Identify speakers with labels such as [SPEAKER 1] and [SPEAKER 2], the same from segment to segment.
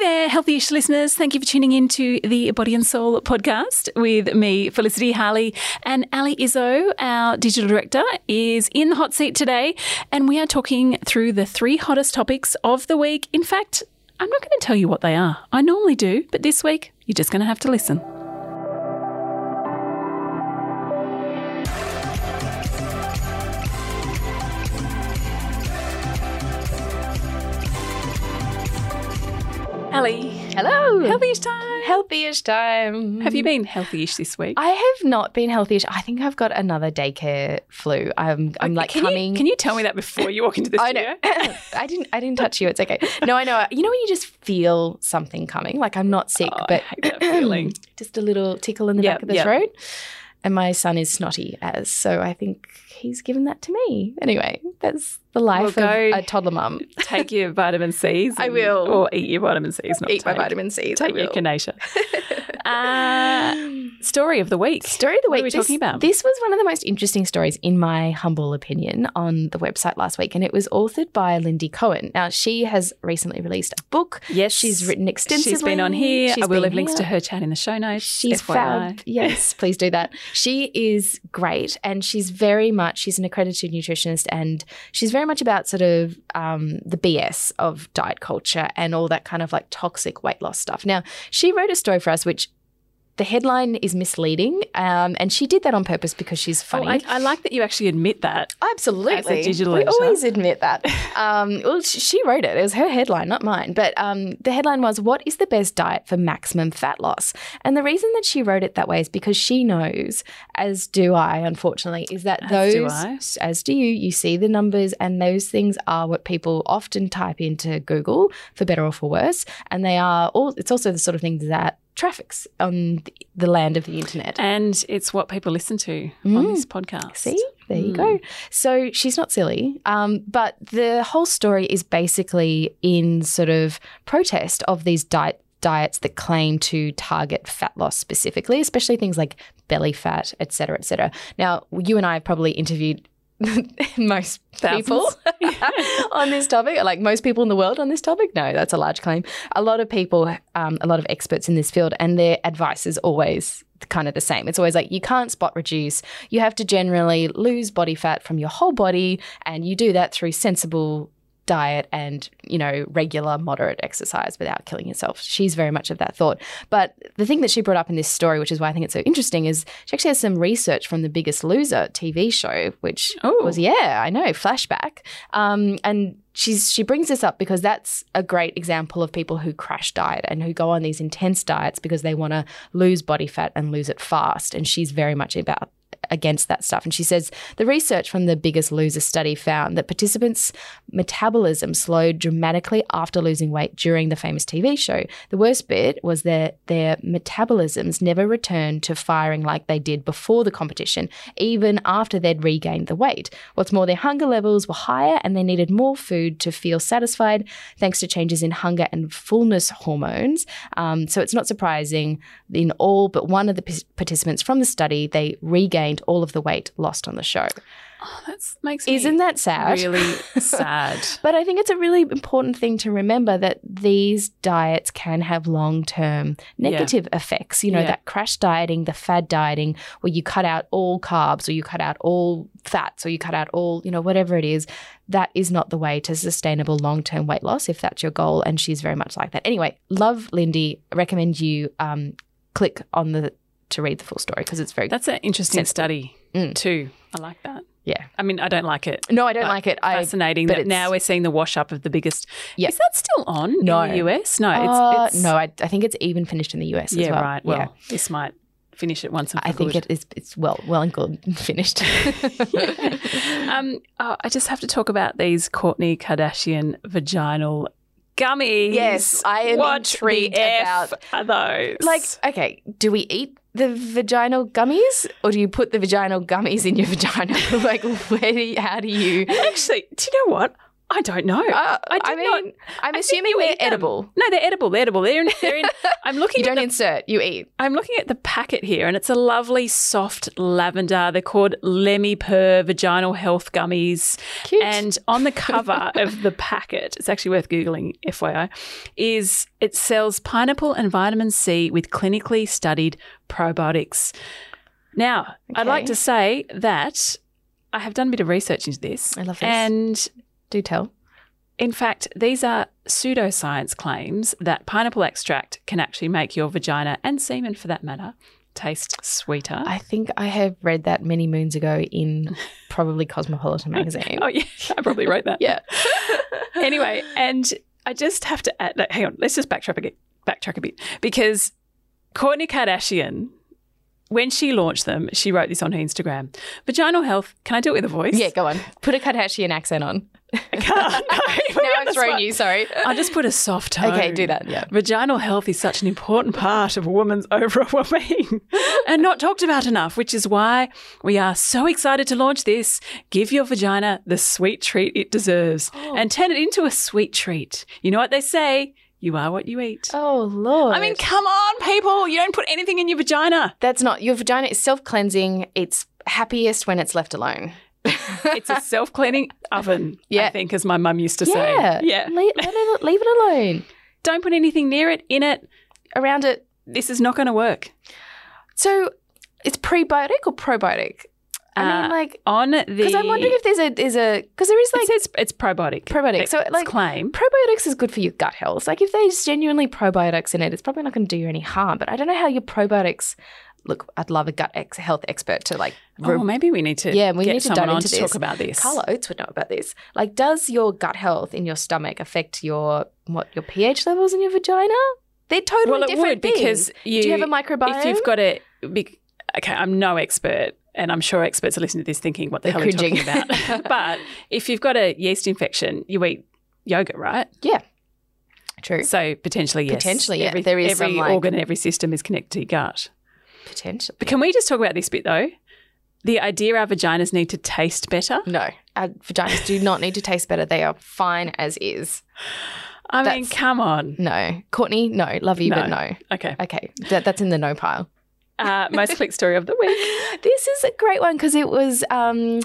[SPEAKER 1] there, healthy ish listeners. Thank you for tuning in to the Body and Soul podcast with me, Felicity Harley, and Ali Izzo, our digital director, is in the hot seat today. And we are talking through the three hottest topics of the week. In fact, I'm not going to tell you what they are. I normally do, but this week, you're just going to have to listen. Ali,
[SPEAKER 2] Hello.
[SPEAKER 1] healthy-ish time.
[SPEAKER 2] Healthy-ish time.
[SPEAKER 1] Have you been healthy-ish this week?
[SPEAKER 2] I have not been healthy-ish. I think I've got another daycare flu. I'm, I'm like
[SPEAKER 1] can
[SPEAKER 2] coming.
[SPEAKER 1] You, can you tell me that before you walk into the
[SPEAKER 2] I
[SPEAKER 1] studio?
[SPEAKER 2] know. I didn't. I didn't touch you. It's okay. No, I know. You know when you just feel something coming. Like I'm not sick,
[SPEAKER 1] Oh, I
[SPEAKER 2] but
[SPEAKER 1] hate that feeling.
[SPEAKER 2] just a little tickle in the
[SPEAKER 1] Yeah,
[SPEAKER 2] back of the
[SPEAKER 1] yeah.
[SPEAKER 2] throat. And my son is snotty as, so I think he's given that to me. Anyway, that's the life
[SPEAKER 1] We'll
[SPEAKER 2] of
[SPEAKER 1] go-
[SPEAKER 2] a toddler mum.
[SPEAKER 1] take your vitamin C's.
[SPEAKER 2] I
[SPEAKER 1] and-
[SPEAKER 2] will.
[SPEAKER 1] Or eat your vitamin C's. Not
[SPEAKER 2] Eat my
[SPEAKER 1] take.
[SPEAKER 2] vitamin C.
[SPEAKER 1] Take your Canacea. uh, story of the week.
[SPEAKER 2] Story of the
[SPEAKER 1] What are
[SPEAKER 2] week.
[SPEAKER 1] we
[SPEAKER 2] this,
[SPEAKER 1] talking about?
[SPEAKER 2] This was one of the most interesting stories, in my humble opinion, on the website last week, and it was authored by Lindy Cohen. Now, she has recently released a book.
[SPEAKER 1] yes,
[SPEAKER 2] She's written extensively.
[SPEAKER 1] She's been on here.
[SPEAKER 2] She's
[SPEAKER 1] I will
[SPEAKER 2] been
[SPEAKER 1] have links to
[SPEAKER 2] here.
[SPEAKER 1] her chat in the show notes.
[SPEAKER 2] She's
[SPEAKER 1] FYI.
[SPEAKER 2] fab. Yes, please do that. She is great, and she's very much. She's an accredited nutritionist, and she's very much about sort of um, the BS of diet culture and all that kind of like toxic weight loss stuff. Now, she wrote a story for us, which the headline is misleading, um, and she did that on purpose because she's
[SPEAKER 1] Oh,
[SPEAKER 2] funny.
[SPEAKER 1] I, I like that you actually admit that.
[SPEAKER 2] Absolutely.
[SPEAKER 1] As a digital
[SPEAKER 2] we
[SPEAKER 1] editor.
[SPEAKER 2] always admit that. Um, well, sh- she wrote it. It was her headline, not mine. But um, the headline was, What is the best diet for maximum fat loss? And the reason that she wrote it that way is because she knows, as do I, unfortunately, is that
[SPEAKER 1] As
[SPEAKER 2] those,
[SPEAKER 1] do I.
[SPEAKER 2] as do you, you see the numbers, and those things are what people often type into Google, for better or for worse. And they are all, it's also the sort of thing that traffics on the- the land of the internet.
[SPEAKER 1] And it's what people listen to on
[SPEAKER 2] Mm.
[SPEAKER 1] this podcast.
[SPEAKER 2] See, there you go. So she's not silly, um, but the whole story is basically in sort of protest of these diet diets that claim to target fat loss specifically, especially things like belly fat, et cetera, et cetera. Now, you and I have probably interviewed most people on this topic, like most people in the world on this topic. No, that's a large claim. A lot of people, um, a lot of experts in this field, and their advice is always kind of the same. It's always like you can't spot reduce. You have to generally lose body fat from your whole body, and you do that through sensible diet and you know regular moderate exercise without killing yourself she's very much of that thought but the thing that she brought up in this story which is why i think it's so interesting is she actually has some research from the biggest loser tv show which
[SPEAKER 1] Oh.
[SPEAKER 2] was yeah i know flashback um, and she's she brings this up because that's a great example of people who crash diet and who go on these intense diets because they want to lose body fat and lose it fast and she's very much about against that stuff and she says the research from the biggest loser study found that participants metabolism slowed dramatically after losing weight during the famous TV show the worst bit was that their metabolisms never returned to firing like they did before the competition even after they'd regained the weight what's more their hunger levels were higher and they needed more food to feel satisfied thanks to changes in hunger and fullness hormones um, so it's not surprising in all but one of the p- participants from the study, they regained all of the weight lost on the show.
[SPEAKER 1] Oh, that makes me
[SPEAKER 2] Isn't that sad?
[SPEAKER 1] really sad.
[SPEAKER 2] But I think it's a really important thing to remember that these diets can have long term negative effects. You know,
[SPEAKER 1] Yeah.
[SPEAKER 2] that crash dieting, the fad dieting, where you cut out all carbs or you cut out all fats or you cut out all, you know, whatever it is, that is not the way to sustainable long term weight loss if that's your goal. And she's very much like that. Anyway, love Lindy. Recommend you um, click on the to read the full story because it's very
[SPEAKER 1] That's an interesting
[SPEAKER 2] Sensible.
[SPEAKER 1] study,
[SPEAKER 2] Mm.
[SPEAKER 1] too. I like that.
[SPEAKER 2] Yeah.
[SPEAKER 1] I mean, I don't like it.
[SPEAKER 2] No, I don't
[SPEAKER 1] But
[SPEAKER 2] like it. I
[SPEAKER 1] fascinating
[SPEAKER 2] but
[SPEAKER 1] that
[SPEAKER 2] it's-
[SPEAKER 1] now we're seeing the wash up of the biggest.
[SPEAKER 2] Yeah.
[SPEAKER 1] Is that still on
[SPEAKER 2] No.
[SPEAKER 1] in the US? No,
[SPEAKER 2] Uh,
[SPEAKER 1] it's, it's
[SPEAKER 2] no, I, I think it's even finished in the US
[SPEAKER 1] yeah,
[SPEAKER 2] as well.
[SPEAKER 1] right. Well, this might finish it once and for
[SPEAKER 2] I think
[SPEAKER 1] good.
[SPEAKER 2] it is it's well well and good finished.
[SPEAKER 1] um, oh, I just have to talk about these Courtney Kardashian vaginal gummies.
[SPEAKER 2] Yes, I am
[SPEAKER 1] what
[SPEAKER 2] intrigued
[SPEAKER 1] the F
[SPEAKER 2] about-
[SPEAKER 1] are those.
[SPEAKER 2] like, okay, do we eat the vaginal gummies or do you put the vaginal gummies in your vagina? like where do you, how do you
[SPEAKER 1] actually, do you know what? I don't know. I
[SPEAKER 2] Uh, I,
[SPEAKER 1] did
[SPEAKER 2] mean,
[SPEAKER 1] not-
[SPEAKER 2] I'm
[SPEAKER 1] I think
[SPEAKER 2] assuming
[SPEAKER 1] you
[SPEAKER 2] they're
[SPEAKER 1] eat them.
[SPEAKER 2] edible.
[SPEAKER 1] No, they're edible. They're edible. They're in. They're in I'm looking
[SPEAKER 2] You
[SPEAKER 1] at
[SPEAKER 2] don't
[SPEAKER 1] the
[SPEAKER 2] insert, you eat.
[SPEAKER 1] I'm looking at the packet here, and it's a lovely soft lavender. They're called Lemmy Per Vaginal Health Gummies.
[SPEAKER 2] Cute.
[SPEAKER 1] And on the cover of the packet, it's actually worth Googling, FYI, is it sells pineapple and vitamin C with clinically studied probiotics. Now, I'd
[SPEAKER 2] Okay.
[SPEAKER 1] like to say that I have done a bit of research into this.
[SPEAKER 2] I love this.
[SPEAKER 1] And
[SPEAKER 2] Do tell.
[SPEAKER 1] in fact, these are pseudoscience claims that pineapple extract can actually make your vagina and semen, for that matter, taste sweeter.
[SPEAKER 2] I think I have read that many moons ago in probably Cosmopolitan magazine.
[SPEAKER 1] oh, yeah, I probably wrote that.
[SPEAKER 2] yeah.
[SPEAKER 1] Anyway, and I just have to add, no, hang on, let's just backtrack a bit, backtrack a bit, because Kourtney Kardashian, when she launched them, she wrote this on her Instagram. Vaginal health, can I do it with a voice?
[SPEAKER 2] Yeah, go on. Put a Kardashian accent on.
[SPEAKER 1] I can't. No,
[SPEAKER 2] now I've
[SPEAKER 1] Oh, that's
[SPEAKER 2] thrown
[SPEAKER 1] fine.
[SPEAKER 2] you, sorry.
[SPEAKER 1] I'll just put a soft tone.
[SPEAKER 2] Okay, do that. Yeah.
[SPEAKER 1] Vaginal health is such an important part of a woman's overall well-being and not talked about enough, which is why we are so excited to launch this. Give your vagina the sweet treat it deserves
[SPEAKER 2] Oh.
[SPEAKER 1] and turn it into a sweet treat. You know what they say, you are what you eat.
[SPEAKER 2] Oh, Lord.
[SPEAKER 1] I mean, come on, people, you don't put anything in your vagina.
[SPEAKER 2] that's not your vagina is self cleansing. It's happiest when it's left alone.
[SPEAKER 1] It's a self-cleaning oven, I
[SPEAKER 2] Yeah.
[SPEAKER 1] think as my mum used to say.
[SPEAKER 2] yeah. Le- let it, leave it alone.
[SPEAKER 1] Don't put anything near it, in it.
[SPEAKER 2] Around it.
[SPEAKER 1] This is not going to work.
[SPEAKER 2] So it's prebiotic or probiotic? I
[SPEAKER 1] Uh,
[SPEAKER 2] mean, like,
[SPEAKER 1] On the
[SPEAKER 2] because I'm wondering if there's a there's a because there is like
[SPEAKER 1] it says it's probiotic.
[SPEAKER 2] Probiotic. So,
[SPEAKER 1] It's
[SPEAKER 2] like-
[SPEAKER 1] claim.
[SPEAKER 2] probiotics is good for your gut health. Like if there's genuinely probiotics in it, it's probably not going to do you any harm. But I don't know how your probiotics. Look, I'd love a gut ex- health expert to like.
[SPEAKER 1] Oh, well, maybe we need to.
[SPEAKER 2] Yeah, we
[SPEAKER 1] get
[SPEAKER 2] need to
[SPEAKER 1] someone
[SPEAKER 2] dive
[SPEAKER 1] on
[SPEAKER 2] into
[SPEAKER 1] to talk
[SPEAKER 2] this.
[SPEAKER 1] about this.
[SPEAKER 2] Carla Oates would know about this. Like, does your gut health in your stomach affect your what your pH levels in your vagina? They're totally
[SPEAKER 1] Well, it would
[SPEAKER 2] different things.
[SPEAKER 1] because you.
[SPEAKER 2] do you have a microbiome?
[SPEAKER 1] If you've got a. Be, okay, I'm no expert, and I'm sure experts are listening to this thinking, "What the
[SPEAKER 2] They're
[SPEAKER 1] hell are you
[SPEAKER 2] cringing.
[SPEAKER 1] talking about?" but if you've got a yeast infection, you eat yogurt, right?
[SPEAKER 2] True.
[SPEAKER 1] So potentially, yes.
[SPEAKER 2] Potentially, yeah.
[SPEAKER 1] Every,
[SPEAKER 2] There is
[SPEAKER 1] every
[SPEAKER 2] some, like-
[SPEAKER 1] organ and every system is connected to your gut.
[SPEAKER 2] Potentially.
[SPEAKER 1] But can we just talk about this bit though? The idea our vaginas need to taste better.
[SPEAKER 2] No, our vaginas do not need to taste better. They are fine as is.
[SPEAKER 1] I mean,
[SPEAKER 2] That's-
[SPEAKER 1] come on.
[SPEAKER 2] No, Courtney. No, love you, but
[SPEAKER 1] No.
[SPEAKER 2] no.
[SPEAKER 1] Okay.
[SPEAKER 2] Okay, that, that's in the no pile.
[SPEAKER 1] Uh, most click story of the week.
[SPEAKER 2] this is a great one because it was um,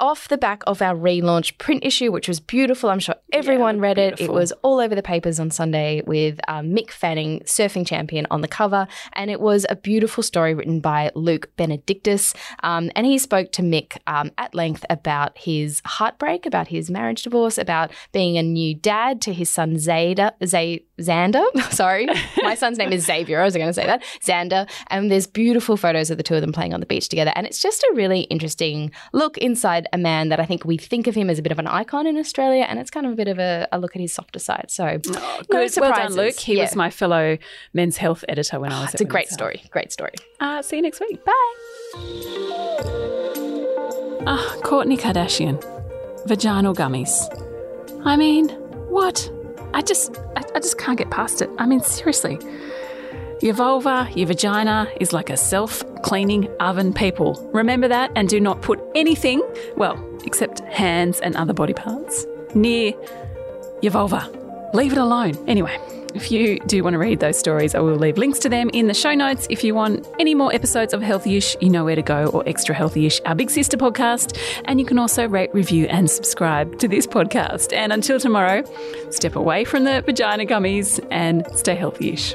[SPEAKER 2] off the back of our relaunch print issue, which was beautiful. I'm sure everyone
[SPEAKER 1] Yeah,
[SPEAKER 2] read it.
[SPEAKER 1] beautiful.
[SPEAKER 2] It was all over the papers on Sunday with um, Mick Fanning, surfing champion, on the cover. And it was a beautiful story written by Luke Benedictus. Um, and he spoke to Mick um, at length about his heartbreak, about his marriage divorce, about being a new dad to his son Zayda, Zay, Xander. Sorry, my son's name is Xavier. I was going to say that. Xander. And there's beautiful photos of the two of them playing on the beach together. And it's just a really interesting look inside a man that I think we think of him as a bit of an icon in Australia. And it's kind of a bit of a, a look at his softer side. So
[SPEAKER 1] Oh,
[SPEAKER 2] No
[SPEAKER 1] good. well done,
[SPEAKER 2] surprises.
[SPEAKER 1] Luke. He
[SPEAKER 2] Yeah.
[SPEAKER 1] was my fellow men's health editor when I was. at
[SPEAKER 2] it's a great
[SPEAKER 1] Women's
[SPEAKER 2] story. Great story.
[SPEAKER 1] Health. Uh, see you next week.
[SPEAKER 2] Bye.
[SPEAKER 1] Ah, Courtney Kardashian, vaginal gummies. I mean, what? I just, I, I just can't get past it. I mean, seriously. Your vulva, your vagina is like a self cleaning oven, people. Remember that and do not put anything, well, except hands and other body parts, near your vulva. Leave it alone. Anyway, if you do want to read those stories, I will leave links to them in the show notes. If you want any more episodes of Healthy-ish, you know where to go, or Extra Healthy-ish, our big sister podcast. And you can also rate, review, and subscribe to this podcast. And until tomorrow, step away from the vagina gummies and stay healthy-ish.